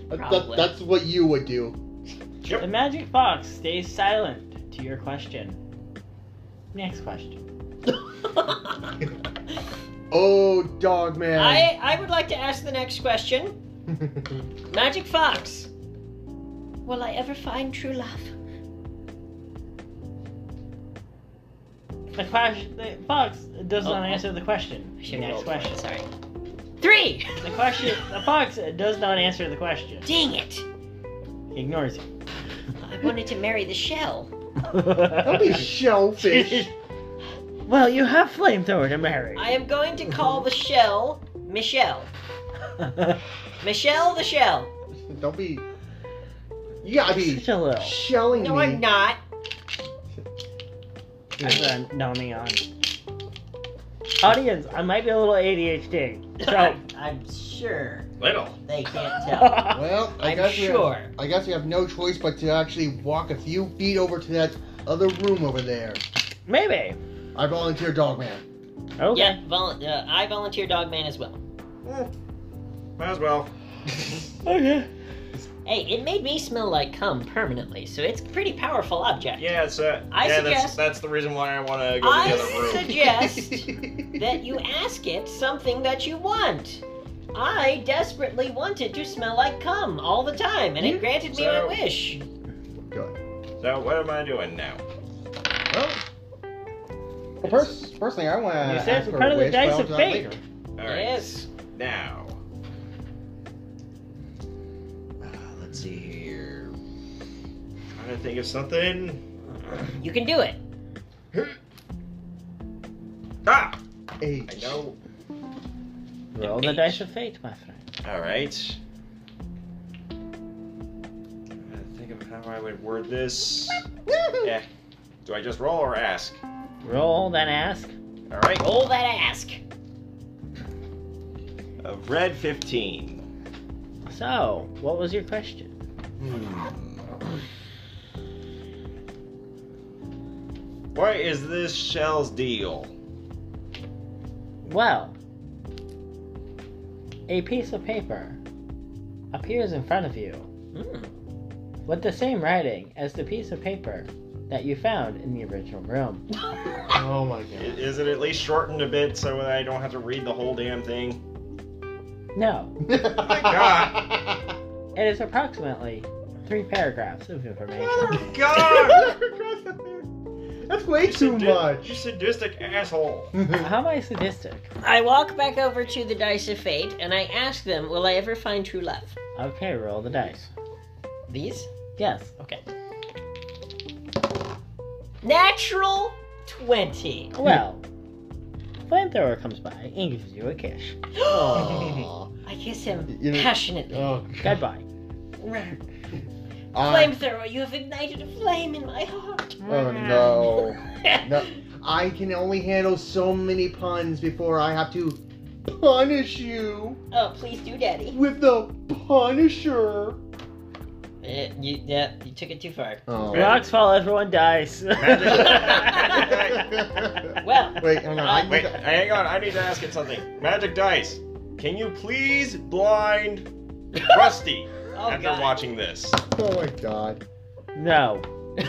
D: that,
A: Probably.
D: that's what you would do.
B: The
C: Yep.
B: magic fox stays silent to your question. Next question.
D: Oh, dog
A: [LAUGHS]
D: man. [LAUGHS]
A: I I would like to ask the next question. Magic fox. Will I ever find true love?
B: The, question, the fox does
A: Oh.
B: not answer the question.
A: I should
B: Next
A: roll.
B: question.
A: Sorry. Three.
B: The question. The fox does not answer the question.
A: Dang it!
B: He ignores you.
A: I wanted to marry the shell.
D: [LAUGHS]
B: [LAUGHS]
D: Don't be shellfish.
B: well, you have flamethrower to marry. [LAUGHS]
A: I am going to call the shell Michelle. Michelle the shell.
D: don't be. You gotta be
B: Such a little.
D: shelling
A: No,
D: me.
A: I'm not.
B: I'm uh, numbing on. Audience, I might be a
A: [LAUGHS]
B: little ADHD. So.
A: I'm sure
C: Little.
A: they can't tell.
D: Well, I
A: I'm
D: guess we
A: sure.
D: have, I guess we have no choice but to actually walk a few feet over to that other room over there.
B: [LAUGHS] Maybe.
D: I volunteer, dog man.
B: Okay.
A: Yeah, volu- uh, I volunteer Dogman as well.
C: Eh, Might as well.
B: Okay.
A: Hey, it made me smell like cum permanently, so it's a pretty powerful object.
C: Yeah, it's uh,
A: I
C: yeah, that's,
A: suggest-
C: that's the reason why I want to go to the other
A: [LAUGHS] I
C: room.
D: [LAUGHS]
A: suggest [LAUGHS] that you ask it something that you want. I desperately wanted to smell like cum all the time, and it granted me my
C: Hmm. So-
A: wish.
D: Good.
C: so what am I doing now?
D: Well, well pers- personally, I want to
B: You
D: ask
B: said
D: for
B: part
D: a
B: of the
D: wish, but
B: dice
D: I'll
B: of
D: do that
B: fate.
D: later.
C: All right.
A: Yes.
C: Now. Uh, let's see here. Trying to think of something.
A: You can do it.
C: Ah!
D: Eight.
C: I know.
B: Roll the dice of fate, my friend.
C: All right. Trying to Think of how I would word this. yeah. Do I just roll or ask?
B: Roll then ask.
C: All right.
A: Roll that ask.
C: A red 15.
B: So, what was your question?
C: What is this shell's deal?
B: Well, a piece of paper appears in front of you
A: Hmm. [LAUGHS]
B: with the same writing as the piece of paper that you found in the original room.
D: Oh my
C: I-
D: [LAUGHS] god.
C: Is it at least shortened a bit so that I don't have to read the whole damn thing?
D: Oh
B: No,
C: my God.
B: it is approximately three paragraphs of information.
C: [LAUGHS] God!
D: [LAUGHS] That's way too
C: You
D: much. [LAUGHS]
C: sadistic asshole.
B: [LAUGHS] How am I sadistic?
A: I walk back over to the Dice of Fate and I ask them, Will I ever find true love?
B: Okay, roll the dice.
A: These?
B: Yes.
A: Okay. Natural 20.
B: Well, flamethrower comes by and gives you a kiss.
D: Aw.
A: I kiss him
D: You know-
A: passionately.
D: Oh, God.
B: Goodbye.
D: I-
A: Flamethrower, you have ignited a flame in my heart.
D: Oh no.
A: [LAUGHS]
D: No, I can only handle so many puns before I have to punish you
A: Oh, please do, Daddy.
D: with the Punisher.
A: Eh, you, yeah, you took it too far.
D: Oh.
B: [LAUGHS] Rocks fall, everyone dies.
A: Well,
D: Wait, hang on. I-
C: Wait, hang on. I need to ask it something. Magic dice. Can you please blind [LAUGHS] Rusty
A: oh
C: after
A: god.
C: watching this?
D: Oh my god.
B: no.
A: [LAUGHS]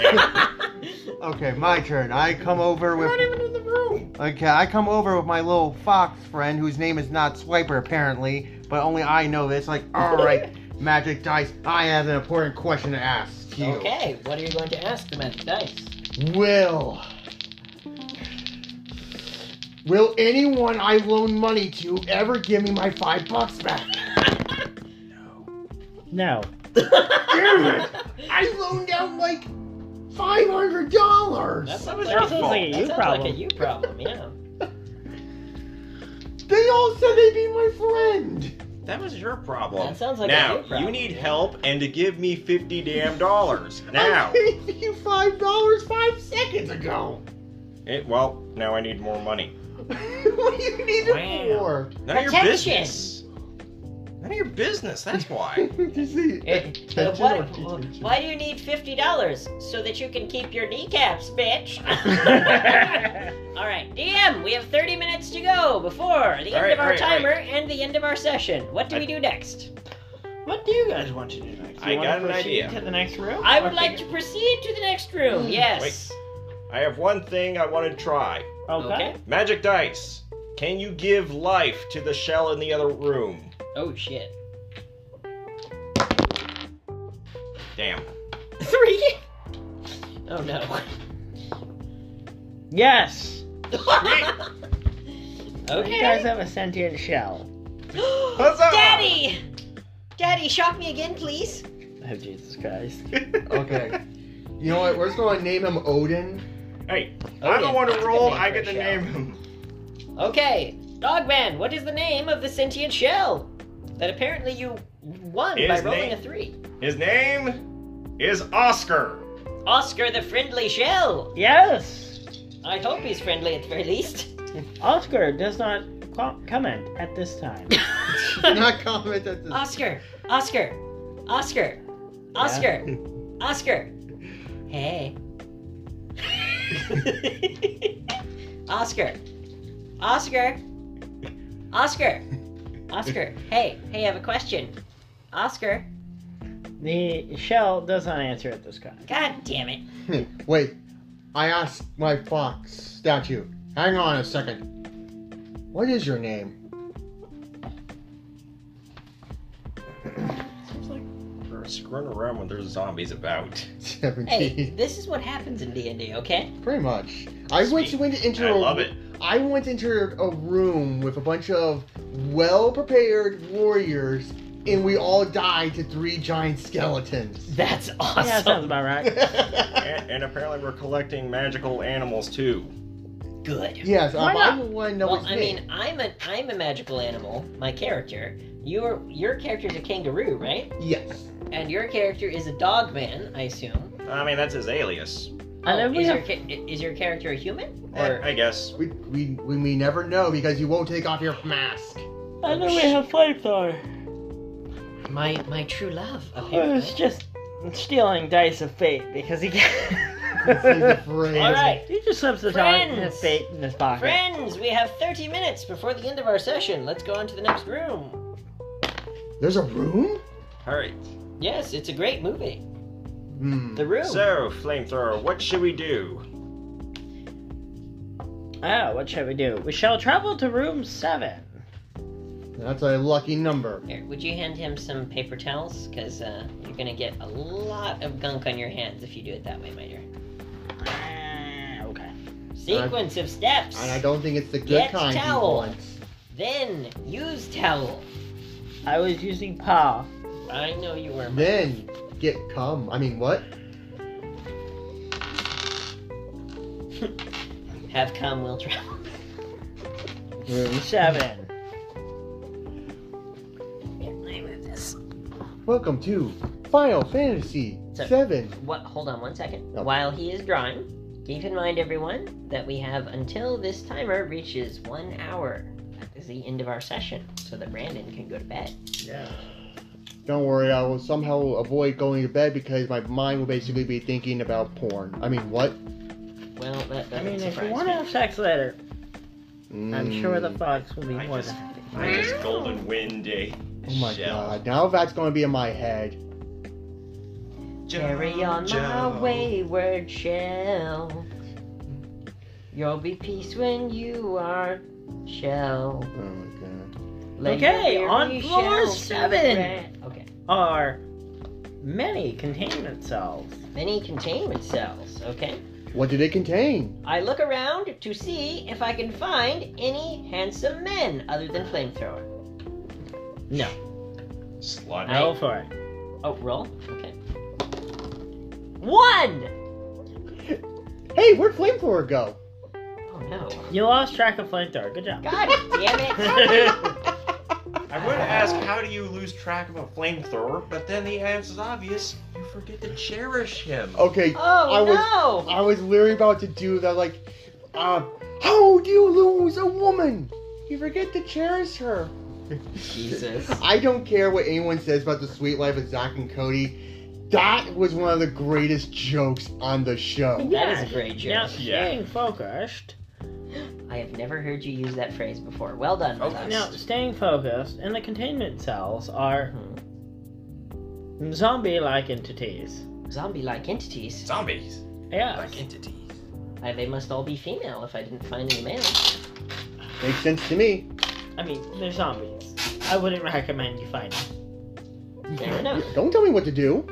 E: Okay, my turn. I come over
C: We're not
E: with
C: even in the room.
E: okay, I come over with my little fox friend whose name is not Swiper apparently, but only I know this. Like, all
C: [LAUGHS]
E: right, magic dice. I have an important question to ask you.
A: Okay, what are you going to ask the magic dice?
D: Will. Will anyone I loan money to ever give me my five bucks back?
B: No.
A: [LAUGHS]
D: Damn it! I loaned out like five hundred
A: That
D: dollars.
A: sounds
B: That sounds like a
A: that
B: you
A: sounds
B: problem.
A: Like a you problem, yeah.
D: They all said they'd be my friend.
C: That was your problem.
A: That sounds like
C: now
A: a you problem.
C: you need help and to give me fifty damn [LAUGHS] dollars now.
D: I gave you five dollars five seconds ago. [LAUGHS]
C: It, well, now I need more money.
D: what do you need it
B: Wow.
D: for? [LAUGHS]
C: None of your
A: Protection.
C: business. None of your business. That's why.
D: You see,
A: It-
D: attention
A: what-
D: or
A: [LAUGHS]
D: detention?
A: why do you need fifty dollars so that you can keep your kneecaps,
C: [LAUGHS]
A: bitch? [LAUGHS] all right, DM, we have thirty minutes to go before the end
C: All right,
A: of our
C: all right, all
A: timer and the end of our session. What do
C: I-
A: we do next?
B: [LAUGHS] What do you guys want to do next?
C: I
B: You wanna
C: got an
B: proceed
C: idea.
B: To the next room.
A: I
B: Or
A: would like to
B: figure-
A: proceed to the next room. Yes.
C: I have one thing I want to try.
B: Okay.
A: Okay.
C: Magic dice. Can you give life to the shell in the other room?
A: Oh shit.
C: Damn.
A: Three. Oh [LAUGHS] no.
B: Yes. You guys
A: okay.
B: have a sentient shell.
C: Huzzah!
A: Daddy. Daddy, shock me again, please.
B: Oh Jesus Christ.
D: okay. You know what? We're just gonna name him Odin.
A: [LAUGHS]
C: Hey,
A: Oh,
C: I'm
A: yeah,
C: the one
A: that's
C: who
A: a
C: rolled.
A: good
C: I get
A: for
C: to
A: a shell.
C: name him.
A: Okay, Dogman, what is the name of the sentient shell that apparently you won by
C: His
A: rolling
C: name-
A: a three?
C: His name is Oscar.
A: Oscar the friendly shell.
B: Yes.
A: I hope he's friendly at the very least.
B: Oscar does not co- comment at
A: [LAUGHS]
B: this time.
E: Not comment at this.
A: Oscar, Oscar, Oscar, [LAUGHS] Oscar, Oscar. Hey. Oscar, Oscar, Oscar, Oscar. Hey, hey, I have a question. Oscar,
B: the shell does not answer at this time.
A: god damn it.
D: Hmm, Wait, I asked my fox statue. Hang on a second. What is your name? [LAUGHS]
C: We're screwing around when there's zombies about.
A: Hey, [LAUGHS]
D: Seventeen.
A: this is what happens in D and D, okay?
D: Pretty much. I
C: Sweet.
D: went to into, into
C: I
D: a-
C: love it.
D: I went into a room with a bunch of well-prepared warriors, and we all died to three giant skeletons.
A: That's awesome.
B: Yeah, that sounds
A: [LAUGHS]
B: about right.
C: And, and apparently we're collecting magical animals too.
A: Good.
D: [LAUGHS] yes,
B: Why
D: um,
B: not?
D: I would want to know
A: Well,
D: his
A: I
D: name.
A: mean, I'm a I'm a magical animal. My character, your your character's a kangaroo, right?
D: yes.
A: And your character is a dog man, I assume.
C: I mean, that's his alias.
B: And then
A: Oh,
B: we
A: is,
B: have-
A: your ca- i- is your character a human?
D: Uh,
C: Eh,
A: Or
C: I guess.
D: We, we, we may never know because you won't take off your
A: [LAUGHS]
D: mask.
B: And then we have flamethrower.
A: my my true love,
B: He was
A: apparently.
B: just stealing dice of fate because he [LAUGHS]
D: This is a
B: can.
D: phrase.
A: All right,
B: he just slips the die of
A: Friends.
B: fate in his pocket.
A: friends, we have 30 minutes before the end of our session. Let's go on to the next room.
D: There's a room?
C: All right.
A: Yes, it's a great movie.
D: Hmm.
A: The room.
C: So, flamethrower, what should we do?
B: Oh, what shall we do? We shall travel to room seven.
D: That's a lucky number.
A: Here, would you hand him some paper towels? Because uh, you're gonna get a lot of gunk on your hands if you do it that way, my dear.
B: Ah, okay.
A: Sequence of steps.
D: And I don't think it's the good
A: Get
D: kind
A: towel.
D: he wants.
A: Then use towel.
B: I was using paw.
A: I know you were. my-
D: Then get cum. I mean, what?
A: Have come, we'll travel.
B: Room seven.
A: Here, [LAUGHS] let me move this.
D: Welcome to Final Fantasy
A: So-
D: Seven.
A: What? Hold on one second.
D: Oh.
A: While he is drawing, keep in mind, everyone, that we have until this timer reaches one hour. That is the end of our session, so that Brandon can go to bed.
C: Yeah.
D: Don't worry, I will somehow avoid going to bed because my mind will basically be thinking about porn. I mean, what?
A: Well, that
B: I
A: doesn't
B: mean, if you
A: surprise
B: want to
A: me. Hmm.
B: have sex later, I'm
D: Mm.
B: sure the fox will be
C: I
B: more
C: just-
B: than
C: I just golden wind a
D: Oh my
C: shell.
D: god! Now that's gonna be in my head.
A: Carry on my
C: Joe.
A: wayward shell. You'll be peace when you are shell.
D: Oh my god.
A: Let
B: Okay,
A: your
B: on
A: weary
B: floor
A: shell be
B: seven.
A: grand- Okay.
B: are many containment cells.
A: Many containment cells. Okay.
D: What did it contain?
A: I look around to see if I can find any handsome men other than flamethrower.
B: No,
C: Slot
B: roll for it.
A: Oh, roll. Okay. One.
D: Hey, where'd flamethrower go?
A: Oh no.
B: You lost track of flamethrower. Good job.
A: God damn it. [LAUGHS]
C: I would ask how do you lose track of a flamethrower, but then the answer's obvious. You forget to cherish him.
D: Okay,
A: Oh
D: I was-
A: no.
D: I was literally about to do that. Like, uh, how do you lose a woman? You forget to cherish her.
A: Jesus.
D: I don't care what anyone says about the sweet life of Zach and Cody. That was one of the greatest jokes on the show.
A: That is a great joke.
B: Now,
C: Yeah.
B: staying focused.
A: I have never heard you use that phrase before. Well done.
C: Oh,
A: Matthias.
B: Now, staying focused, and the containment cells are
A: Mhm.
B: zombie-like entities.
A: Zombie-like entities.
C: Zombies.
B: Yes.
C: Like entities.
A: Uh, they must all be female. If I didn't find any male.
D: Makes sense to me.
B: I mean, they're zombies. I wouldn't recommend you find them.
A: Fair enough.
D: Don't tell me what to do.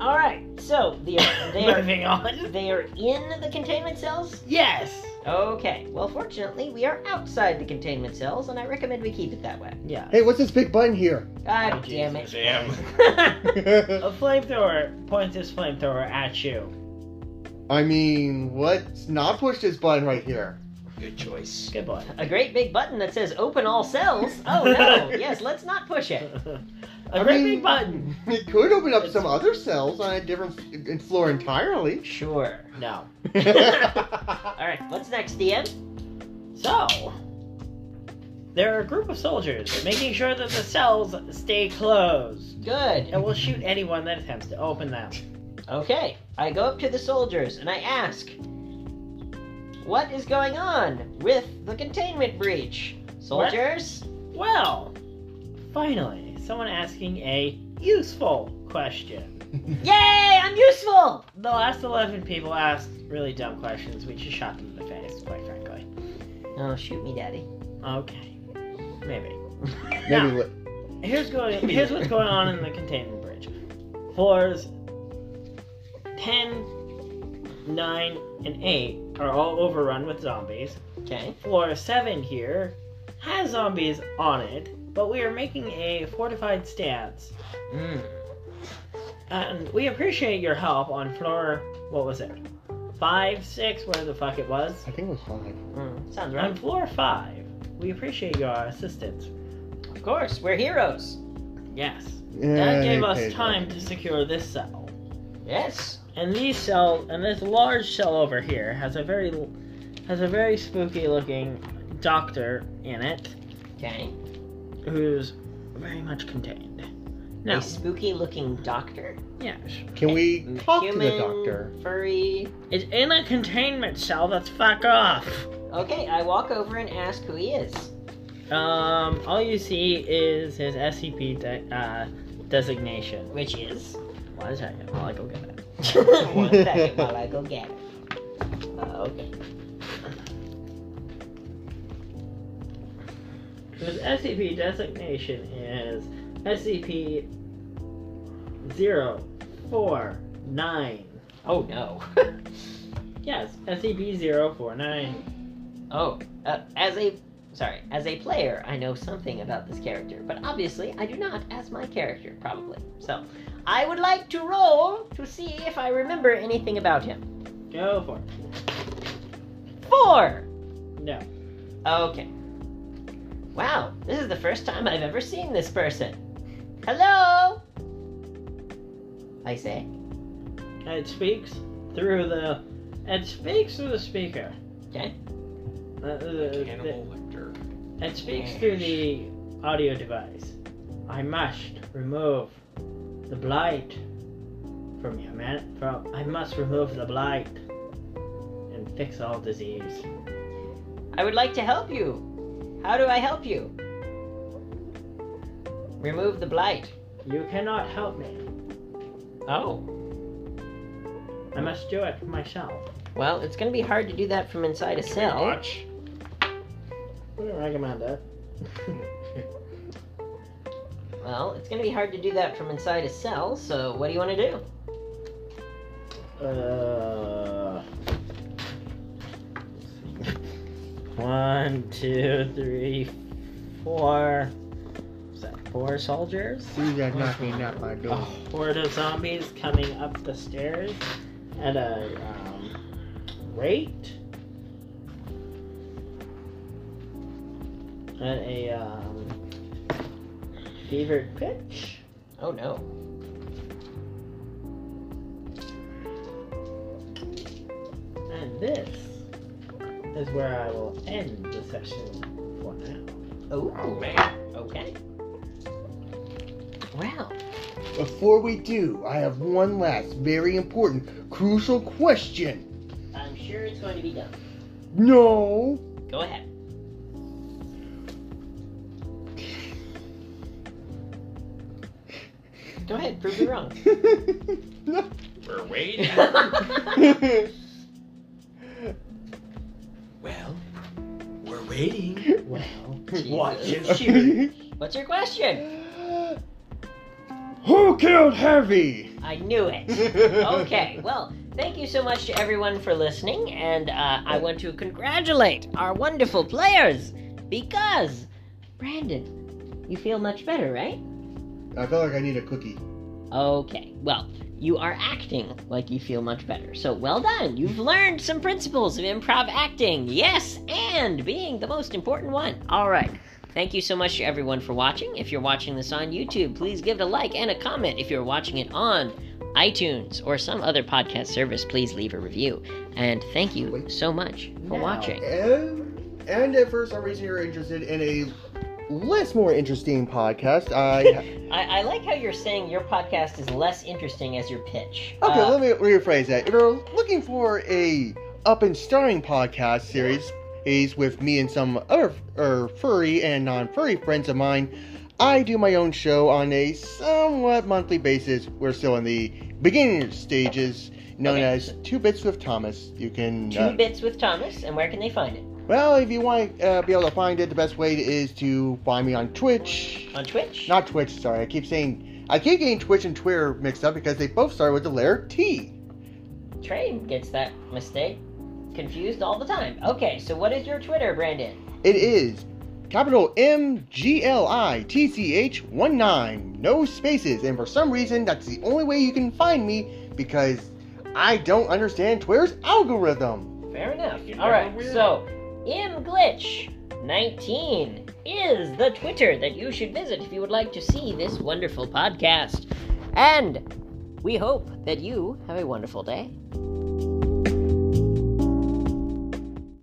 A: All right. So they are they [LAUGHS] are,
B: Moving on.
A: they are in the containment cells.
B: Yes.
A: Okay. Well, fortunately, we are outside the containment cells, and I recommend we keep it that way.
B: Yeah. [LAUGHS]
D: Hey, what's this big button here?
A: God
B: Oh,
A: damn it.
C: Damn.
B: A flamethrower points this flamethrower at you.
D: I mean, let's not push this button right here.
C: Good choice.
B: Good boy.
A: [LAUGHS]
B: [LAUGHS]
A: A great big button that says "Open all cells." Oh no! yes, let's not push it.
B: A
D: I
B: great
D: mean-
B: big button.
D: [LAUGHS] It could open up some other cells on a different f- floor
A: [LAUGHS]
D: entirely. [LAUGHS]
A: Sure.
B: No.
D: oh
A: All right. What's next, DM?
B: So, there are a group of soldiers making sure that the cells stay closed.
A: Good.
B: And will shoot anyone that attempts to open them.
A: Okay, I go up to the soldiers and I ask, What is going on with the containment breach? Soldiers?
B: Well, finally, someone asking a useful question.
A: Yay, I'm useful!
B: The last 11 people asked really dumb questions. We just shot them in the face, quite frankly.
A: Oh, shoot me, daddy.
B: Okay. Maybe.
D: Maybe li-
B: Here's going. Here's what's going on in the containment bridge. Floors 10, 9, and 8 are all overrun with zombies.
A: Okay.
B: Floor 7 here has zombies on it, but we are making a fortified stance. And we appreciate your help on floor. What was it? 5, 6, whatever the fuck it was.
D: I think it was five.
A: Mm, sounds
B: On
A: right.
B: floor 5, we appreciate your assistance.
A: Of course, we're heroes.
B: Yes.
D: Yeah,
B: That gave
D: they
B: us
D: paid
B: time to secure this cell.
A: Yes.
B: And these cell and this large cell over here has a very has a very spooky looking doctor in it
A: Okay.
B: who's very much contained. Now,
A: A spooky looking doctor.
B: yes.
D: it. Can we talk
A: Human,
D: to the doctor?
A: Furry.
B: It's in a containment cell that's fuck off.
A: Okay, I walk over and ask who he is.
B: Um all you see is his SCP de- uh, designation.
A: Which
D: [LAUGHS]
A: is.
B: Why is that? Well, I go get it.
A: One second while I go get it. Uh, okay.
B: His SCP designation is E SCP 049.
A: Oh [LAUGHS] no.
B: Yes, E SCP-049.
A: Oh, uh, as a sorry, as a player, I know something about this character, but obviously I do not as my character probably. So, I would like to roll to see if I remember anything about him.
B: Go for it.
A: 4.
B: No.
A: Okay. Wow, this is the first time I've ever seen this person. Hello. I say.
B: It speaks through the... It speaks through the speaker.
A: Okay.
B: Uh, uh,
C: Hannibal Lecter.
B: it speaks through the audio device. I must remove the blight from your man. From I must remove the blight and fix all disease.
F: I would like to help you. How do I help you? Remove the blight.
B: You cannot help me.
A: Oh.
B: I must do it myself.
A: Well, it's going to be hard to do that from inside a cell.
C: Watch.
B: Wouldn't recommend [LAUGHS] it.
A: Well, it's going to be hard to do that from inside a cell, so what do you want to do?
B: Uh, [LAUGHS] one, two, three, four. Is that four soldiers?
G: See that knocking at my
B: A
G: door.
B: horde of zombies coming up the stairs at a um, rate. At a um, fevered pitch.
A: Oh no.
B: And this is where I will end the session for now.
A: Oh, man. Okay. Wow.
D: Before we do, I have one last very important, crucial question.
F: I'm sure it's going to be done.
D: No.
A: Go [LAUGHS] ahead. Go ahead, prove me
D: [LAUGHS]
A: wrong.
D: no.
C: We're [LAUGHS] waiting. well, we're waiting.
B: Well,
C: Watch
A: Jesus. What's your question?
D: Who killed Heavy?
A: I knew it. okay, well, thank you so much to everyone for listening, and uh, I want to congratulate our wonderful players because, Brandon, you feel much better, right?
D: I feel like I need a cookie.
A: Okay, well, you are acting like you feel much better, so well done. You've learned some principles of improv acting, yes, and being the most important one. All right. Thank you so much to everyone for watching. If you're watching this on YouTube, please give it a like and a comment. If you're watching it on iTunes or some other podcast service, please leave a review. And thank you so much for watching.
D: And, and if for some reason you're interested in a less more interesting podcast, I
A: I, I like how you're saying your podcast is less interesting as your pitch.
D: okay,
A: Uh,
D: let me rephrase that. If you're looking for a up and starting podcast series is with me and some other er, furry and non-furry friends of mine. I do my own show on a somewhat monthly basis. We're still in the beginning stages, known
A: Okay.
D: as Two Bits with Thomas. You can
A: Two
D: uh,
A: Bits with Thomas, and where can they find it?
D: Well, if you want to uh, be able to find it, the best way is to find me on Twitch.
A: On Twitch?
D: Not Twitch, sorry. I keep saying I keep getting Twitch and Twitter mixed up because they both start with the letter T.
A: Trey gets that mistake confused all the time. Okay, so what is your Twitter, Brandon?
D: It is capital M G L I T C H one nine, no spaces. And for some reason, that's the only way you can find me because I don't understand Twitter's algorithm.
A: Fair enough.
C: You
A: All right,
C: never will.
A: so mglitch19 is the Twitter that you should visit if you would like to see this wonderful podcast. And we hope that you have a wonderful day.